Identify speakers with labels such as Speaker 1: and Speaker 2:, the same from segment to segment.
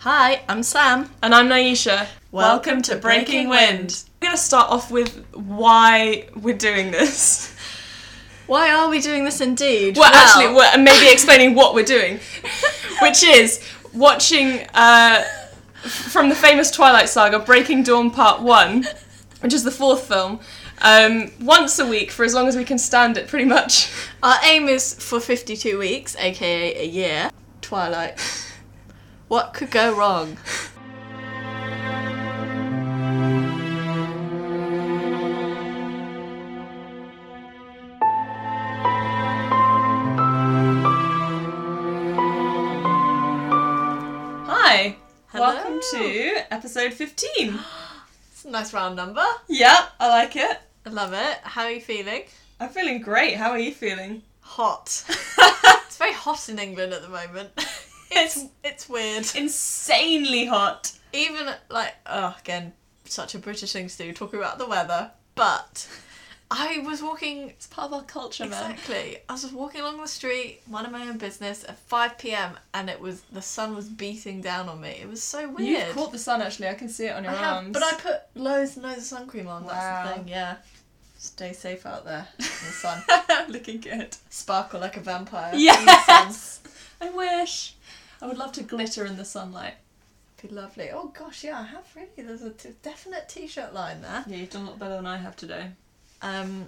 Speaker 1: Hi, I'm Sam.
Speaker 2: And I'm Naisha. Welcome, to Breaking Wind. We're going to start off with why we're doing this.
Speaker 1: Why are we doing this indeed?
Speaker 2: Well, actually, we're and maybe explaining what we're doing, which is watching uh, f- from the famous Twilight Saga Breaking Dawn Part 1, which is the fourth film, um, once a week for as long as we can stand it, pretty much.
Speaker 1: our aim is for 52 weeks, aka a year. Twilight. What could go wrong?
Speaker 2: Hi.
Speaker 1: Hello.
Speaker 2: Welcome to episode 15.
Speaker 1: It's a nice round number.
Speaker 2: yeah, I like it.
Speaker 1: I love it. How are you feeling?
Speaker 2: I'm feeling great. How are you feeling?
Speaker 1: Hot. it's very hot in England at the moment. It's it's weird.
Speaker 2: insanely hot.
Speaker 1: Even like oh again, such a British thing to do, talking about the weather. But I was walking
Speaker 2: It's part of our culture, man.
Speaker 1: Exactly. I was just walking along the street, minding my own business at 5 pm, and it was the sun was beating down on me. It was so
Speaker 2: You've
Speaker 1: weird.
Speaker 2: caught the sun actually. I can see it on your
Speaker 1: I have-
Speaker 2: arms.
Speaker 1: but I put loads and loads of sun cream on. That's
Speaker 2: Wow.
Speaker 1: the thing. Yeah. Stay safe out there in the sun.
Speaker 2: looking good.
Speaker 1: Sparkle like a vampire. in the sun.
Speaker 2: Yes. I wish. I would love to glitter in the sunlight.
Speaker 1: Be lovely. Oh gosh, yeah, I have really. There's a t- definite t-shirt line there.
Speaker 2: Yeah, you've done a lot better than I have today.
Speaker 1: Um.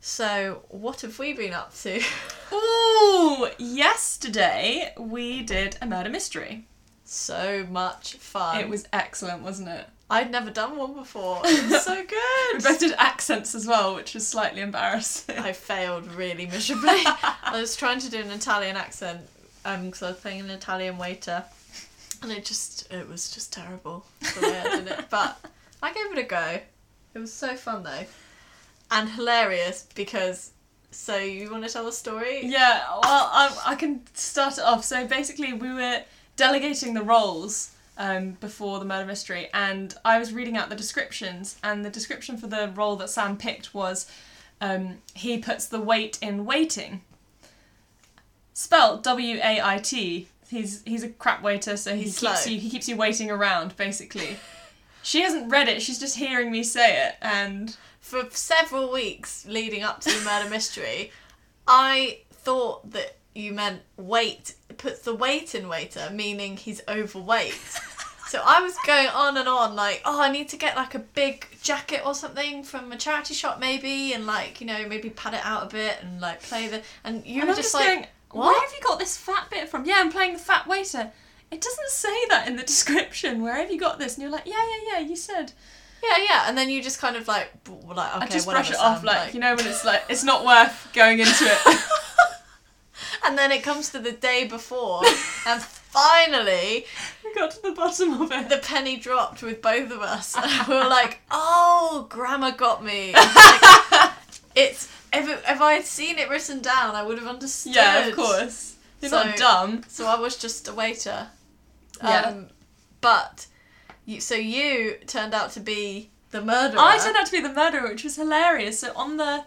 Speaker 1: So what have we been up to?
Speaker 2: Ooh! Yesterday we did a murder mystery.
Speaker 1: so much fun.
Speaker 2: it was excellent, wasn't it?
Speaker 1: I'd never done one before. It was so
Speaker 2: We
Speaker 1: good.
Speaker 2: both did accents as well, which was slightly embarrassing.
Speaker 1: I failed really miserably. I was trying to do an Italian accent because I was playing an Italian waiter, and it just it was just terrible the way I did it. But I gave it a go. It was so fun though, and hilarious because. So you want to tell the story?
Speaker 2: Yeah, well, I, I can start it off. So basically, we were delegating the roles um, before the murder mystery, and I was reading out the descriptions, and the description for the role that Sam picked was um, he puts the weight in waiting, spelled W A I T. He's he's a crap waiter, so he
Speaker 1: He's
Speaker 2: keeps
Speaker 1: slow.
Speaker 2: you he keeps you waiting around basically. She hasn't read it; she's just hearing me say it, and
Speaker 1: For several weeks leading up to the murder mystery, I thought that you meant weight puts the weight in waiter, meaning he's overweight. So I was going on and on, like, oh, I need to get like a big jacket or something from a charity shop, maybe, and like, you know, maybe pad it out a bit and like play the. And you
Speaker 2: And
Speaker 1: were
Speaker 2: I'm
Speaker 1: just,
Speaker 2: just
Speaker 1: like,
Speaker 2: going,
Speaker 1: "What?"
Speaker 2: Where have you got this fat bit from? Yeah, I'm playing the fat waiter. It doesn't say that in the description. Where have you got this? And you're like, yeah, yeah, yeah. You said.
Speaker 1: yeah, yeah. And then you just kind of like, b- like okay,
Speaker 2: I just
Speaker 1: whatever,
Speaker 2: brush it off,
Speaker 1: Sam,
Speaker 2: like, you know, when it's like it's not worth going into it.
Speaker 1: and then it comes to the day before, and finally,
Speaker 2: we got to the bottom of it.
Speaker 1: the penny dropped with both of us. And we were like, oh, grandma got me. Like, it's if, it, if I had seen it written down, I would have understood.
Speaker 2: Yeah, of course. You're
Speaker 1: So-
Speaker 2: not dumb.
Speaker 1: So I was just a waiter. Um,
Speaker 2: Yeah.
Speaker 1: but you, so you turned out to be the murderer.
Speaker 2: I turned out to be the murderer, which was hilarious. So on the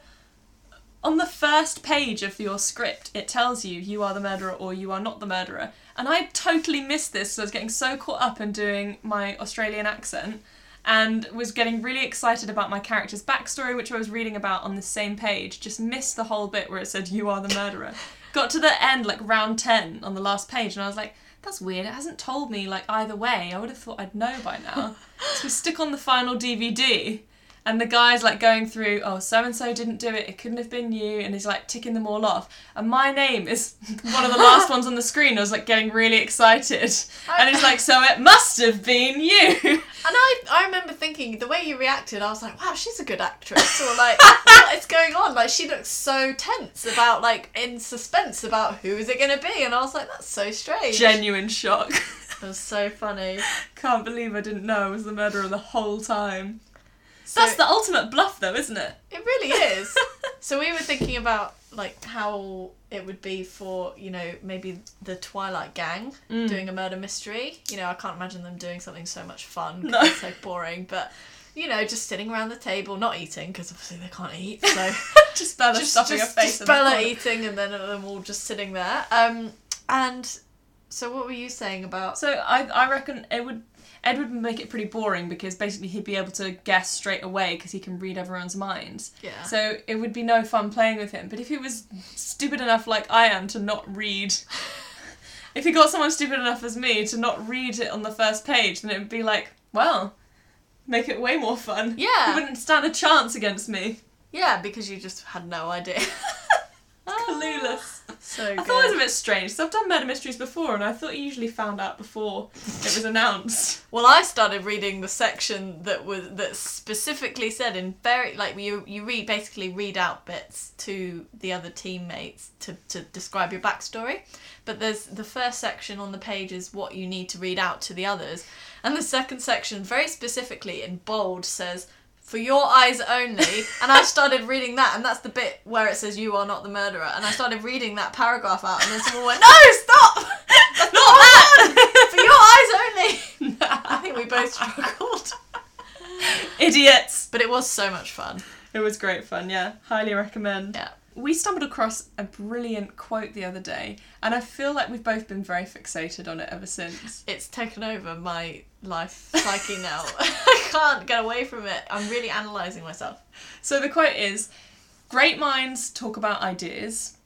Speaker 2: on the first page of your script, it tells you you are the murderer or you are not the murderer. And I totally missed this, so I was getting so caught up in doing my Australian accent and was getting really excited about my character's backstory, which I was reading about on the same page. Just missed the whole bit where it said you are the murderer. Got to the end, like round ten on the last page, and I was like, that's weird. It hasn't told me like either way. I would have thought I'd know by now. so we stick on the final DVD. And the guy's like going through, oh, so and so didn't do it, it couldn't have been you, and he's like ticking them all off. And my name is one of the last ones on the screen. I was like getting really excited. And he's like, so it must have been you.
Speaker 1: And I, I remember thinking the way you reacted, I was like, wow, she's a good actress. Or like, what is going on? Like, she looks so tense about, like, in suspense about who is it going to be. And I was like, that's so strange.
Speaker 2: Genuine shock.
Speaker 1: it was so funny.
Speaker 2: Can't believe I didn't know I was the murderer the whole time.
Speaker 1: So
Speaker 2: That's the ultimate bluff, though, isn't it?
Speaker 1: it really is. so we were thinking about like how it would be for you know maybe the Twilight gang
Speaker 2: Mm.
Speaker 1: doing a murder mystery. You know, I can't imagine them doing something so much fun. 'cause
Speaker 2: No.
Speaker 1: It's so boring, but. You know, just sitting around the table, not eating because obviously they can't eat. So
Speaker 2: just Bella
Speaker 1: just,
Speaker 2: stuffing
Speaker 1: just,
Speaker 2: her face
Speaker 1: just
Speaker 2: in the
Speaker 1: Bella
Speaker 2: corner.
Speaker 1: eating and then them all just sitting there. Um, and So what were you saying about?
Speaker 2: So I, I reckon it would Edward would make it pretty boring because basically he'd be able to guess straight away because he can read everyone's minds.
Speaker 1: Yeah.
Speaker 2: So it would be no fun playing with him. But if he was stupid enough like I am to not read, if he got someone stupid enough as me to not read it on the first page, then it would be like, well, make it way more fun.
Speaker 1: Yeah.
Speaker 2: He wouldn't stand a chance against me.
Speaker 1: Yeah, because you just had no idea.
Speaker 2: Clueless.
Speaker 1: So Ah. good.
Speaker 2: I thought it was a bit strange. So I've done murder mysteries before, and I thought you usually found out before it was announced.
Speaker 1: Well, I started reading the section that was that specifically said in very like you you read basically read out bits to the other teammates to to describe your backstory, but there's the first section on the page is what you need to read out to the others, and the second section very specifically in bold says. For your eyes only, and I started reading that, and that's the bit where it says you are not the murderer, and I started reading that paragraph out, and then someone went, "No, stop! That's not that! For your eyes only." I think we both struggled.
Speaker 2: Idiots!
Speaker 1: But it was so much fun.
Speaker 2: It was great fun, yeah. Highly recommend.
Speaker 1: Yeah.
Speaker 2: We stumbled across a brilliant quote the other day, and I feel like we've both been very fixated on it ever since.
Speaker 1: It's taken over my life psyche now. I can't get away from it. I'm really analysing myself.
Speaker 2: So the quote is Great minds talk about ideas,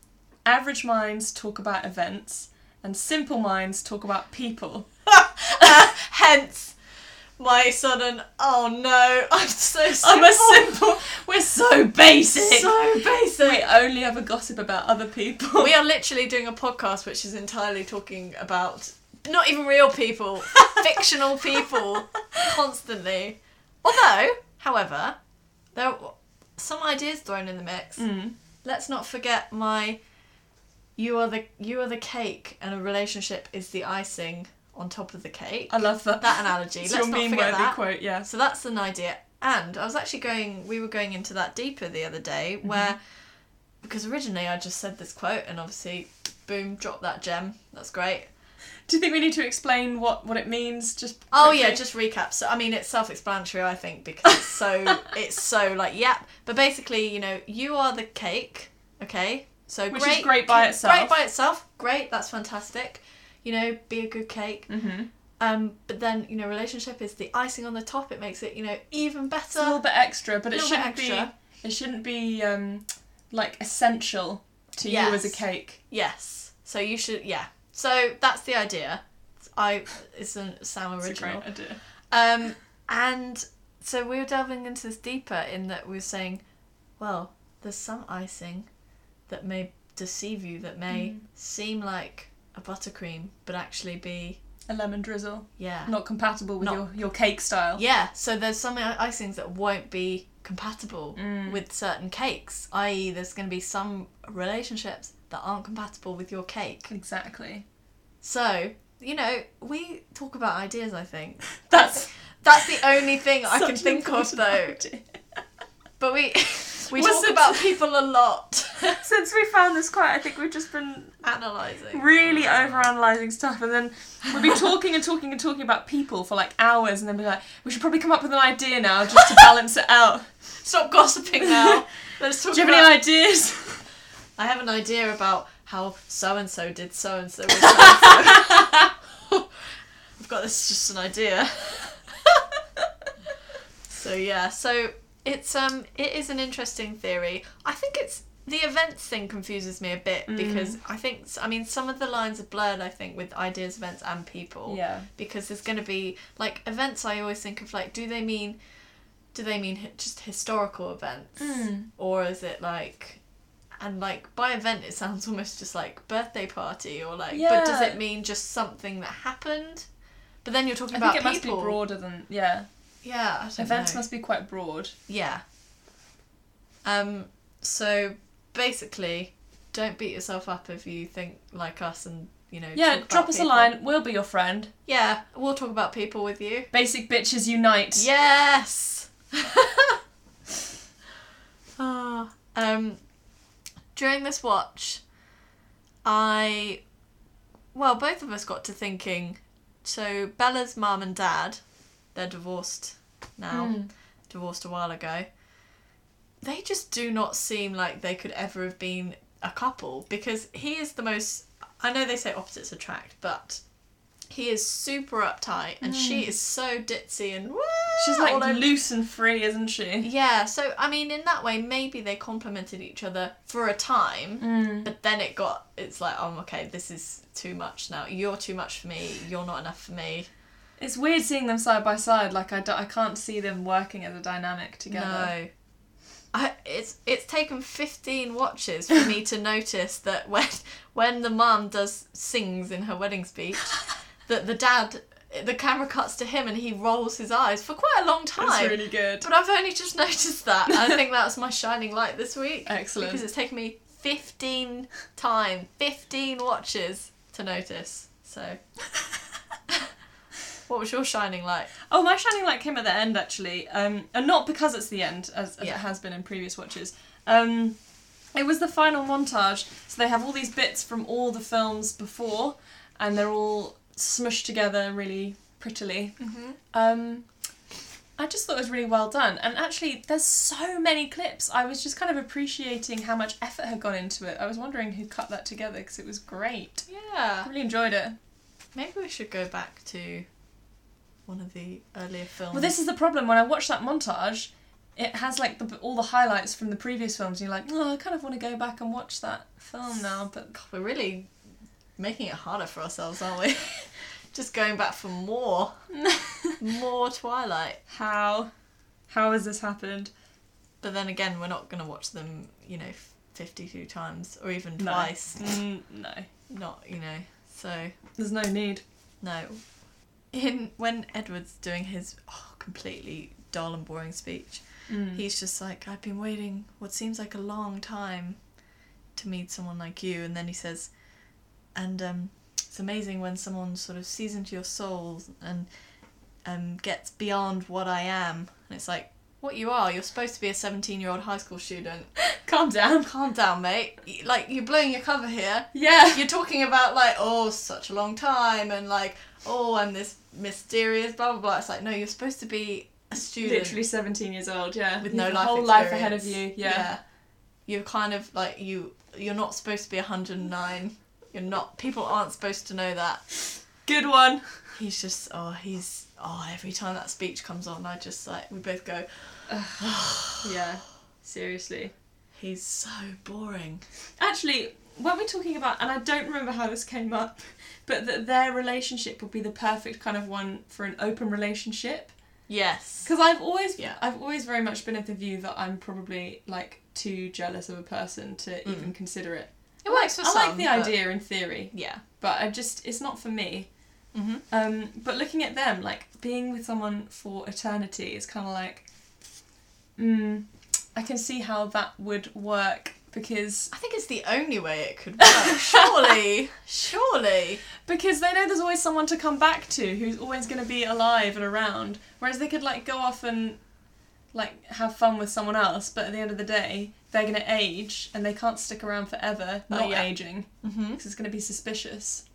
Speaker 2: average minds talk about events, and simple minds talk about people.
Speaker 1: Hence my sudden, oh no, I'm so
Speaker 2: I'm
Speaker 1: simple.
Speaker 2: a simple. We're so basic.
Speaker 1: So
Speaker 2: we
Speaker 1: basic.
Speaker 2: only ever gossip about other people.
Speaker 1: We are literally doing a podcast which is entirely talking about not even real people, fictional people, constantly. Although, however, there were some ideas thrown in the mix.
Speaker 2: Mm.
Speaker 1: let's not forget my you are the you are the cake and a relationship is the icing on top of the cake
Speaker 2: I love that.
Speaker 1: that analogy
Speaker 2: It's
Speaker 1: let's
Speaker 2: your
Speaker 1: not
Speaker 2: meme
Speaker 1: forget
Speaker 2: worthy
Speaker 1: that
Speaker 2: quote, yeah.
Speaker 1: so that's an idea and i was actually going we were going into that deeper the other day
Speaker 2: Mm-hmm.
Speaker 1: where because originally i just said this quote and obviously boom drop that gem that's great
Speaker 2: Do you think we need to explain what, what it means? Just
Speaker 1: Oh
Speaker 2: quickly?
Speaker 1: yeah, just recap. So I mean, it's self-explanatory, I think, because it's so it's so like yep. But basically, you know, you are the cake, okay? So
Speaker 2: Which is
Speaker 1: great,
Speaker 2: great by itself.
Speaker 1: Great by itself. Great, that's fantastic. You know, be a good cake.
Speaker 2: Mhm.
Speaker 1: Um, but then you know, relationship is the icing on the top. It makes it you know even better.
Speaker 2: It's a little bit extra, but it
Speaker 1: uh, Little bit
Speaker 2: shouldn't
Speaker 1: extra.
Speaker 2: be. It shouldn't be um, like essential to you as a
Speaker 1: Yes.
Speaker 2: cake. yes.
Speaker 1: yes. So you should yeah. So that's the idea. I it's a sound
Speaker 2: It's a
Speaker 1: original.
Speaker 2: great idea.
Speaker 1: Um, and so we were delving into this deeper in that we were saying, well, there's some icing that may deceive you, that may
Speaker 2: Mm.
Speaker 1: seem like a buttercream, but actually be,
Speaker 2: A lemon drizzle,
Speaker 1: yeah.
Speaker 2: not compatible with
Speaker 1: Not-
Speaker 2: your, your cake style.
Speaker 1: Yeah, so there's some i- icings that won't be compatible
Speaker 2: Mm.
Speaker 1: with certain cakes, i.e., there's going to be some relationships that aren't compatible with your cake.
Speaker 2: Exactly.
Speaker 1: So, you know, we talk about ideas, I think.
Speaker 2: That's
Speaker 1: That's the only thing I
Speaker 2: such
Speaker 1: can
Speaker 2: an
Speaker 1: think of,
Speaker 2: important
Speaker 1: though.
Speaker 2: idea.
Speaker 1: But we we
Speaker 2: Well,
Speaker 1: talk
Speaker 2: since-
Speaker 1: about people a lot,
Speaker 2: Since we found this quote, I think we've just been
Speaker 1: analyzing.
Speaker 2: really overanalyzing stuff, and then we've been talking and talking and talking about people for like hours, and then we're like, we should probably come up with an idea now just to balance it out.
Speaker 1: Stop gossiping now. Let's talk
Speaker 2: Do you have
Speaker 1: about.
Speaker 2: any ideas?
Speaker 1: I have an idea about how so and so did so and so. I've got this. Just an idea. so yeah. So it's um. It is an interesting theory. I think it's the events thing confuses me a bit because I think I mean some of the lines are blurred. I think with ideas, events, and people.
Speaker 2: Yeah.
Speaker 1: because there's going to be like events i always think of like do they mean do they mean hi- just historical events
Speaker 2: Mm.
Speaker 1: or is it like and like by event it sounds almost just like birthday party or like but does
Speaker 2: Yeah.
Speaker 1: it mean just something that happened but then you're talking
Speaker 2: I
Speaker 1: about
Speaker 2: think it must be
Speaker 1: people
Speaker 2: broader than yeah.
Speaker 1: yeah I don't
Speaker 2: Events
Speaker 1: know.
Speaker 2: must be quite broad.
Speaker 1: yeah um so basically don't beat yourself up if you think like us and you know talk
Speaker 2: Yeah,
Speaker 1: about
Speaker 2: drop us
Speaker 1: people.
Speaker 2: a line. We'll be your friend.
Speaker 1: yeah we'll talk about people with you
Speaker 2: Basic bitches unite.
Speaker 1: Yes. Ah. um, during this watch, I, well, both of us got to thinking. So Bella's mum and dad, they're divorced now.
Speaker 2: Mm.
Speaker 1: Divorced a while ago. They just do not seem like they could ever have been a couple because he is the most I know they say opposites attract, but he is super uptight and she is so ditzy and "Wah!"
Speaker 2: Hmm. She's
Speaker 1: Ah, all
Speaker 2: like
Speaker 1: over-
Speaker 2: loose and free, isn't she?
Speaker 1: Yeah, so I mean, in that way, maybe they complemented each other for a time, but then it got, it's like, oh, okay, this is too much now. You're too much for me, you're not enough for me.
Speaker 2: It's weird seeing them side by side. Like I, do- I can't see them working as a dynamic together.
Speaker 1: No. I, it's it's taken 15 watches for me to notice that when when the mum does sings in her wedding speech that the dad the camera cuts to him and he rolls his eyes for quite a long
Speaker 2: That's
Speaker 1: time
Speaker 2: really good.
Speaker 1: but I've only just noticed that I think that was my shining light this week
Speaker 2: Excellent.
Speaker 1: because it's taken me 15 time 15 watches to notice so what was your shining light
Speaker 2: Oh, my shining light came at the end actually, um, and not because it's the end, as, as
Speaker 1: Yeah.
Speaker 2: it has been in previous watches. Um, it was the final montage, so they have all these bits from all the films before, and they're all smushed together really prettily.
Speaker 1: Mhm.
Speaker 2: Um, I just thought it was really well done, and actually, there's so many clips. I was just kind of appreciating how much effort had gone into it. I was wondering who cut that together because it was great.
Speaker 1: yeah
Speaker 2: I really enjoyed it.
Speaker 1: Maybe we should go back to one of the earlier films.
Speaker 2: Well, this is the problem. When I watch that montage, it has like the, all the highlights from the previous films, and you're like, oh, I kind of want to go back and watch that film now. But God,
Speaker 1: we're really making it harder for ourselves, aren't we? Just going back for more, more Twilight.
Speaker 2: how, how has this happened?
Speaker 1: But then again, we're not going to watch them, you know, fifty-two times or even
Speaker 2: No.
Speaker 1: twice.
Speaker 2: Mm, no,
Speaker 1: Not, you know. So
Speaker 2: there's no need.
Speaker 1: no. In when Edward's doing his oh, completely dull and boring speech,
Speaker 2: Mm.
Speaker 1: he's just like, I've been waiting what seems like a long time to meet someone like you. And then he says, and um, it's amazing when someone sort of sees into your soul and um, gets beyond what I am. And it's like, what you are, you're supposed to be a 17 year old high school student.
Speaker 2: Calm down.
Speaker 1: Calm down, mate. You- Like, you're blowing your cover here.
Speaker 2: Yeah.
Speaker 1: You're talking about, like, oh, such a long time, and like, oh, I'm this mysterious, blah, blah, blah. It's like, no, you're supposed to be a student
Speaker 2: Literally 17 years old. Yeah.
Speaker 1: with
Speaker 2: You've
Speaker 1: no
Speaker 2: a
Speaker 1: life
Speaker 2: whole life ahead of you.
Speaker 1: experience.
Speaker 2: Yeah.
Speaker 1: You're kind of like you you're not supposed to be 109. You're not people aren't supposed to know that.
Speaker 2: Good one.
Speaker 1: He's just oh he's oh every time that speech comes on I just like we both go
Speaker 2: Yeah. Seriously.
Speaker 1: he's so boring.
Speaker 2: Actually, weren't we talking about, and I don't remember how this came up, but that their relationship would be the perfect kind of one for an open relationship?
Speaker 1: Yes.
Speaker 2: Because I've always,
Speaker 1: Yeah.
Speaker 2: I've always very much been of the view that I'm probably like too jealous of a person to even consider it.
Speaker 1: Mm. It works for
Speaker 2: I like
Speaker 1: some,
Speaker 2: the
Speaker 1: but-
Speaker 2: idea in theory,
Speaker 1: Yeah.
Speaker 2: but I just, it's not for me.
Speaker 1: Mhm.
Speaker 2: Um, but looking at them, like being with someone for eternity is kind of like, mm, I can see how that would work because
Speaker 1: I think it's the only way it could work. Surely. Surely.
Speaker 2: because they know there's always someone to come back to who's always going to be alive and around whereas they could like go off and like have fun with someone else but at the end of the day they're going to age and they can't stick around forever
Speaker 1: Oh,
Speaker 2: not
Speaker 1: yeah.
Speaker 2: aging
Speaker 1: Mhm.
Speaker 2: because it's going to be suspicious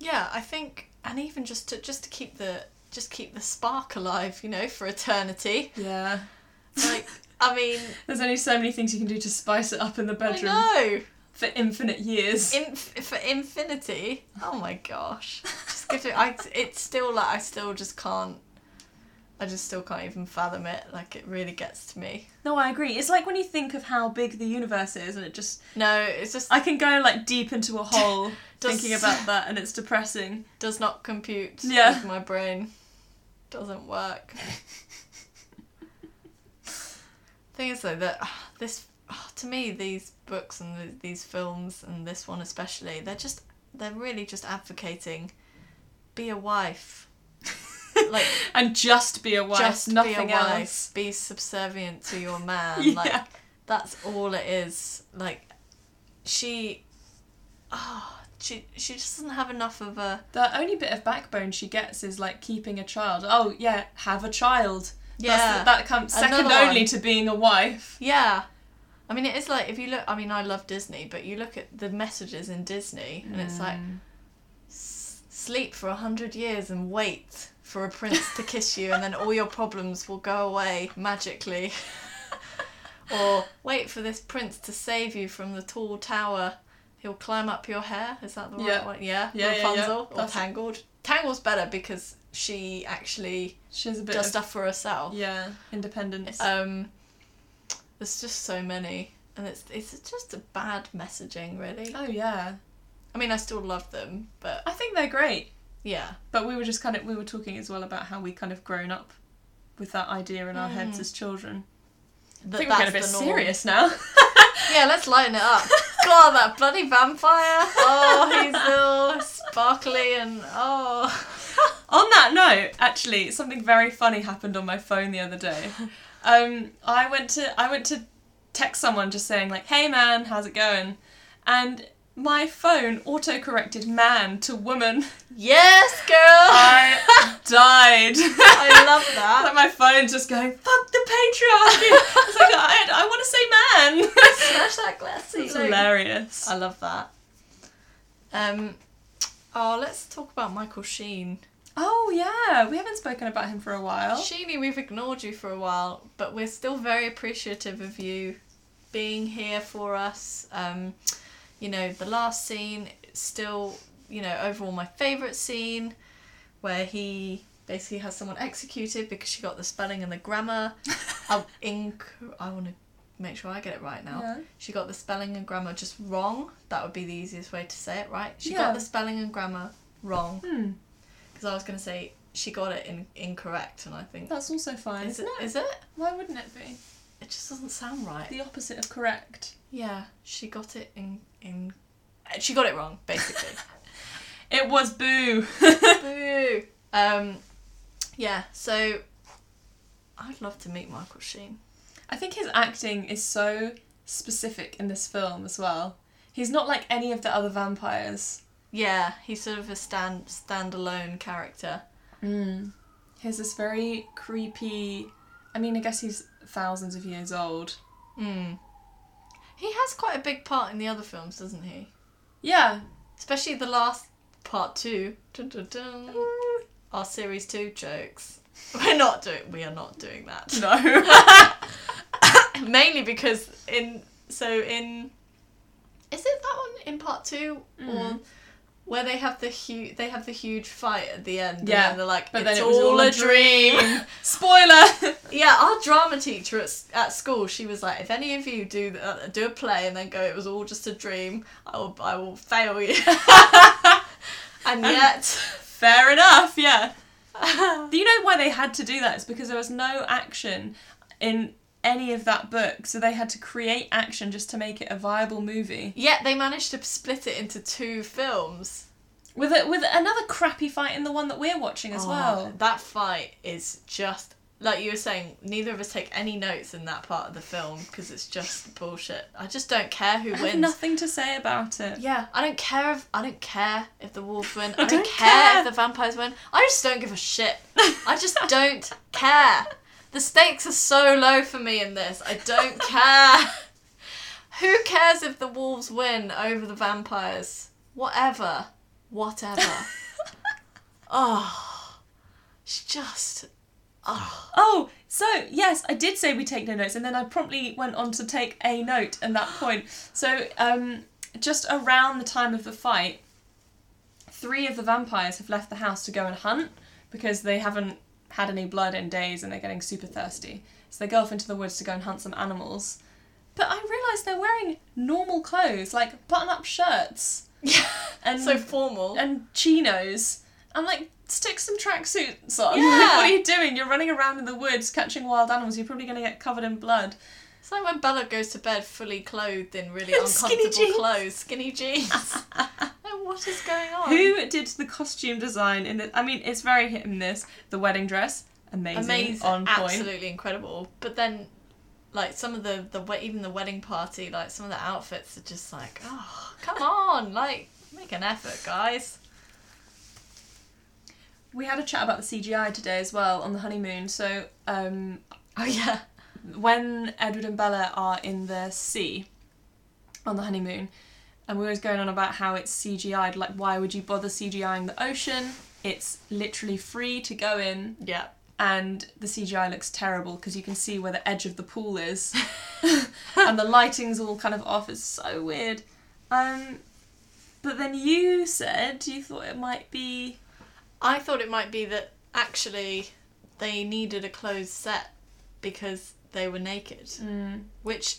Speaker 1: Yeah, I think and even just to just to keep the just keep the spark alive, you know, for eternity.
Speaker 2: yeah
Speaker 1: Like I mean,
Speaker 2: there's only so many things you can do to spice it up in the bedroom
Speaker 1: I know.
Speaker 2: for infinite years
Speaker 1: Inf- for infinity. Oh my gosh. Just give it. I. It's still like I still just can't. I just still can't even fathom it. Like it really gets to me.
Speaker 2: no i agree it's like when you think of how big the universe is and it just
Speaker 1: No, it's just
Speaker 2: i can go like deep into a hole
Speaker 1: Does-
Speaker 2: thinking about that and it's depressing
Speaker 1: does not compute.
Speaker 2: Yeah.
Speaker 1: With my brain doesn't work. Thing is though that ah, this ah, to me these books and th these films and this one especially they're just they're really just advocating be a wife like
Speaker 2: and just be a wife,
Speaker 1: just
Speaker 2: nothing
Speaker 1: be a wife,
Speaker 2: else.
Speaker 1: be subservient to your man.
Speaker 2: Yeah.
Speaker 1: Like that's all it is. Like she, oh, she she just doesn't have enough of a
Speaker 2: The only bit of backbone she gets is like keeping a child. Oh yeah, have a child. That's
Speaker 1: yeah
Speaker 2: the, that comes second
Speaker 1: Another
Speaker 2: only
Speaker 1: one.
Speaker 2: to being a wife.
Speaker 1: yeah. I mean, it is like if you look. I mean, I love Disney, but you look at the messages in Disney, and it's like
Speaker 2: Mm.
Speaker 1: s- sleep for a hundred years and wait for a prince to kiss you, and then all your problems will go away magically. or wait for this prince to save you from the tall tower He'll climb up your hair. Is that the
Speaker 2: Yeah.
Speaker 1: right one? Yeah.
Speaker 2: Yeah, yeah, yeah.
Speaker 1: Rapunzel or
Speaker 2: That's-
Speaker 1: Tangled. Tangled's better because she actually
Speaker 2: She has a bit
Speaker 1: does
Speaker 2: of
Speaker 1: stuff for herself.
Speaker 2: yeah independence.
Speaker 1: Um, there's just so many, and it's it's just a bad messaging, really.
Speaker 2: oh yeah,
Speaker 1: I mean, I still love them, but
Speaker 2: I think they're great.
Speaker 1: yeah,
Speaker 2: But we were just kind of we were talking as well about how we kind of grown up with that idea in our heads
Speaker 1: Mm.
Speaker 2: as children. I
Speaker 1: that,
Speaker 2: think we're getting a bit
Speaker 1: the norm.
Speaker 2: serious now.
Speaker 1: Yeah, let's lighten it up. God, that bloody vampire! Oh, he's all sparkly and oh.
Speaker 2: On that note, actually, something very funny happened on my phone the other day. Um, I went to I went to text someone just saying like, "Hey man, how's it going?" And my phone auto-corrected man to woman.
Speaker 1: Yes, girl.
Speaker 2: I died.
Speaker 1: I love that.
Speaker 2: like my phone's just going, "Fuck the patriarchy." I was like, I, I want to say man.
Speaker 1: Smash that glass
Speaker 2: It's hilarious.
Speaker 1: I love that. Um, oh, let's talk about Michael Sheen.
Speaker 2: Oh yeah, we haven't spoken about him for a while.
Speaker 1: Sheeny, we've ignored you for a while, but we're still very appreciative of you being here for us. Um, you know, the last scene, still, you know, overall my favourite scene, where he basically has someone executed because she got the spelling and the grammar. I, inc- I want to make sure I get it right now.
Speaker 2: Yeah.
Speaker 1: She got the spelling and grammar just wrong. That would be the easiest way to say it, right? She
Speaker 2: Yeah.
Speaker 1: got the spelling and grammar wrong
Speaker 2: Hmm,
Speaker 1: because I was going to say she got it in- incorrect, and I think
Speaker 2: that's also fine,
Speaker 1: is
Speaker 2: isn't
Speaker 1: it?
Speaker 2: it?
Speaker 1: Is it?
Speaker 2: Why wouldn't it be?
Speaker 1: It just doesn't sound right.
Speaker 2: The opposite of correct.
Speaker 1: Yeah, she got it in in. uh, She got it wrong, basically.
Speaker 2: It was boo.
Speaker 1: Boo. Um, yeah. So, I'd love to meet Michael Sheen.
Speaker 2: I think his acting is so specific in this film as well. He's not like any of the other vampires.
Speaker 1: Yeah, he's sort of a stand standalone character.
Speaker 2: Mm. He has this very creepy. I mean, I guess he's thousands of years old.
Speaker 1: Hmm. He has quite a big part in the other films, doesn't he?
Speaker 2: Yeah.
Speaker 1: Especially the last part two. Dun, dun, dun. Our series two jokes. We're not doing. We are not doing that.
Speaker 2: No.
Speaker 1: mainly because in so in is it that one in part two or
Speaker 2: Mm.
Speaker 1: where they have the huge they have the huge fight at the end
Speaker 2: Yeah,
Speaker 1: and then they're like
Speaker 2: but
Speaker 1: it's
Speaker 2: then it
Speaker 1: all,
Speaker 2: was all
Speaker 1: a
Speaker 2: a
Speaker 1: dream,
Speaker 2: Spoiler.
Speaker 1: yeah our drama teacher at, s- at school she was like if any of you do th- uh, do a play and then go it was all just a dream i will i will fail you and yet
Speaker 2: Fair enough. Yeah. You know why they had to do that? It's because there was no action in any of that book, so they had to create action just to make it a viable movie.
Speaker 1: yet they managed to split it into two films
Speaker 2: With a, with another crappy fight in the one that we're watching as
Speaker 1: Oh,
Speaker 2: well.
Speaker 1: That fight is just like you were saying. Neither of us take any notes in that part of the film because it's just bullshit. I just don't care who
Speaker 2: I have
Speaker 1: wins.
Speaker 2: nothing to say about it.
Speaker 1: Yeah, I don't care if I don't care if the wolves win. I,
Speaker 2: I
Speaker 1: don't,
Speaker 2: don't
Speaker 1: care,
Speaker 2: care.
Speaker 1: if the vampires win. I just don't give a shit. I just don't care. The stakes are so low for me in this. I don't care. Who cares if the wolves win over the vampires? Whatever. Whatever. Oh, it's just. Oh.
Speaker 2: oh, so yes, I did say we take no notes, and then I promptly went on to take a note in that point. So, um, just around the time of the fight, three of the vampires have left the house to go and hunt because they haven't had any blood in days and they're getting super thirsty. So they go off into the woods to go and hunt some animals. But I realise they're wearing normal clothes, like button-up shirts.
Speaker 1: Yeah.
Speaker 2: And-
Speaker 1: so formal.
Speaker 2: and chinos. I'm like, stick some tracksuits on.
Speaker 1: Yeah.
Speaker 2: Like, what are you doing? You're running around in the woods catching wild animals. You're probably going to get covered in blood.
Speaker 1: it's like when Bella goes to bed fully clothed in really
Speaker 2: In skinny
Speaker 1: uncomfortable
Speaker 2: jeans.
Speaker 1: clothes, skinny jeans. Like, what is going on?
Speaker 2: Who did the costume design in the? I mean, it's very hit and miss. The wedding dress, amazing,
Speaker 1: Amazing,
Speaker 2: on point.
Speaker 1: absolutely incredible. But then, like some of the the we- even the wedding party, like some of the outfits are just like, oh, come on, like make an effort, guys.
Speaker 2: We had a chat about the CGI today as well on the honeymoon. So um,
Speaker 1: Oh yeah,
Speaker 2: when Edward and Bella are in the sea on the honeymoon, and we were going on about how it's CGI'd, like why would you bother CGIing the ocean? It's literally free to go in,
Speaker 1: yeah.
Speaker 2: and the CGI looks terrible because you can see where the edge of the pool is, and the lighting's all kind of off. It's so weird. Um, But then you said you thought it might be.
Speaker 1: I thought it might be that actually they needed a closed set because they were naked,
Speaker 2: mm,
Speaker 1: which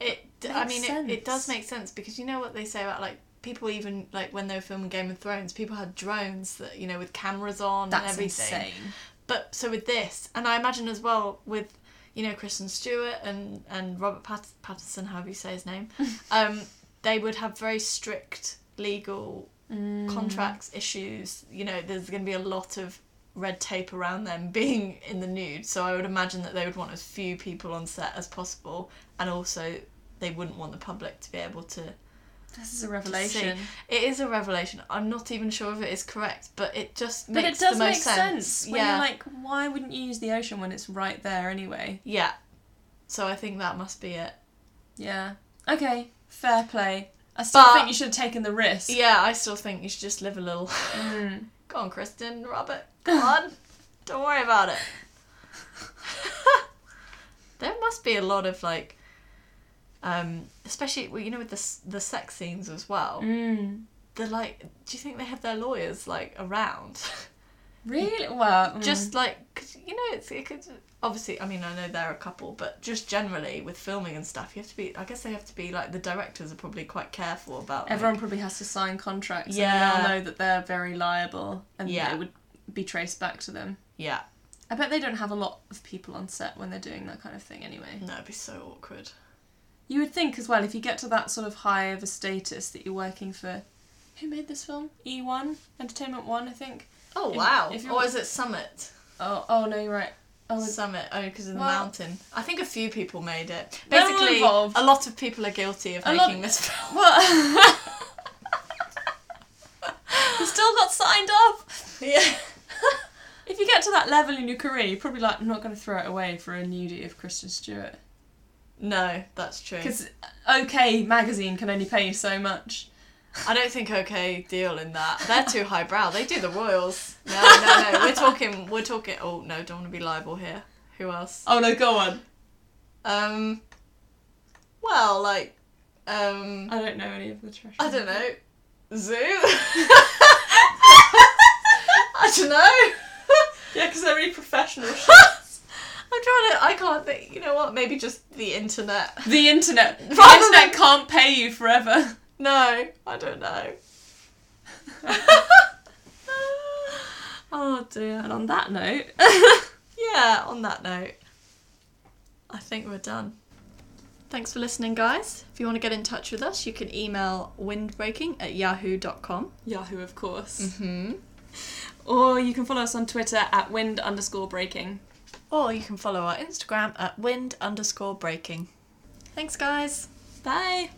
Speaker 1: it. d I I
Speaker 2: Makes
Speaker 1: mean, it, it does
Speaker 2: sense.
Speaker 1: make sense because you know what they say about like people even like when they were filming Game of Thrones, people had drones that you know with cameras on and
Speaker 2: That's
Speaker 1: everything.
Speaker 2: insane.
Speaker 1: But so with this, and I imagine as well with you know Kristen Stewart and and Robert Pat- Patterson, however you say his name, um, they would have very strict legal
Speaker 2: Mm.
Speaker 1: Mm. contracts issues. You know, there's going to be a lot of red tape around them being in the nude. So I would imagine that they would want as few people on set as possible, and also they wouldn't want the public to be able to
Speaker 2: This is a revelation.
Speaker 1: see. It is a revelation. I'm not even sure if it is correct, but it just
Speaker 2: But
Speaker 1: makes
Speaker 2: it does
Speaker 1: the
Speaker 2: make
Speaker 1: most sense.
Speaker 2: sense. when you're like, why wouldn't you use the ocean when it's right there anyway?
Speaker 1: Yeah. So I think that must be it.
Speaker 2: Yeah. Okay. Fair play. I still
Speaker 1: But-
Speaker 2: think you should have taken the risk.
Speaker 1: Yeah, I still think you should just live a little.
Speaker 2: Mm.
Speaker 1: Go on, Kristen, Robert. Come on. Don't worry about it. there must be a lot of like, um, especially well, you know with the s- the sex scenes as well.
Speaker 2: Mm.
Speaker 1: They're like, do you think they have their lawyers like around?
Speaker 2: Really? Well, mm.
Speaker 1: just like, cause you know, it's it could obviously. I mean, I know they're a couple, but just generally with filming and stuff, you have to be. I guess they have to be like the directors are probably quite careful about. like,
Speaker 2: everyone probably has to sign contracts.
Speaker 1: Yeah.
Speaker 2: And they all know that they're very liable, and
Speaker 1: Yeah.
Speaker 2: it would be traced back to them.
Speaker 1: yeah.
Speaker 2: I bet they don't have a lot of people on set when they're doing that kind of thing anyway.
Speaker 1: No, it'd be so awkward.
Speaker 2: You would think as well if you get to that sort of high of a status that you're working for. Who made this film? E1 Entertainment One, I think.
Speaker 1: Oh
Speaker 2: If-
Speaker 1: wow!
Speaker 2: if you're-
Speaker 1: or is it Summit?
Speaker 2: Oh, oh no, you're right. Oh, it's-
Speaker 1: Summit, only because of the
Speaker 2: Well-
Speaker 1: mountain. I think a few people made it.
Speaker 2: They were
Speaker 1: Basically,
Speaker 2: involved.
Speaker 1: a lot of people are guilty of
Speaker 2: A lot-
Speaker 1: making this film.
Speaker 2: What? you still got signed up.
Speaker 1: yeah.
Speaker 2: If you get to that level in your career, you're probably like, I'm not going to throw it away for a nudie of Kristen Stewart.
Speaker 1: No, that's true.
Speaker 2: Because OK Magazine can only pay you so much.
Speaker 1: I don't think OK deal in that. They're too highbrow. They do the royals. No, no, no. We're talking. We're talking. Oh no, don't want to be liable here. Who else?
Speaker 2: Oh no, go on.
Speaker 1: Um. Well, like, um,
Speaker 2: I don't know any of the trash.
Speaker 1: I don't know. Zoo. I don't know.
Speaker 2: Yeah, because they're really professional.
Speaker 1: I'm trying to. I can't think. You know what? Maybe just the internet.
Speaker 2: the internet. The
Speaker 1: Rather
Speaker 2: internet
Speaker 1: than-
Speaker 2: can't pay you forever.
Speaker 1: No, I don't know. oh dear.
Speaker 2: And on that note,
Speaker 1: Yeah. On that note, I think we're done. Thanks for listening, guys. If you want to get in touch with us, you can email windbreaking at yahoo.com.
Speaker 2: Yahoo, of course.
Speaker 1: Mm-hmm.
Speaker 2: Or you can follow us on Twitter at wind underscore breaking.
Speaker 1: Or you can follow our Instagram at wind underscore breaking. Thanks, guys.
Speaker 2: Bye.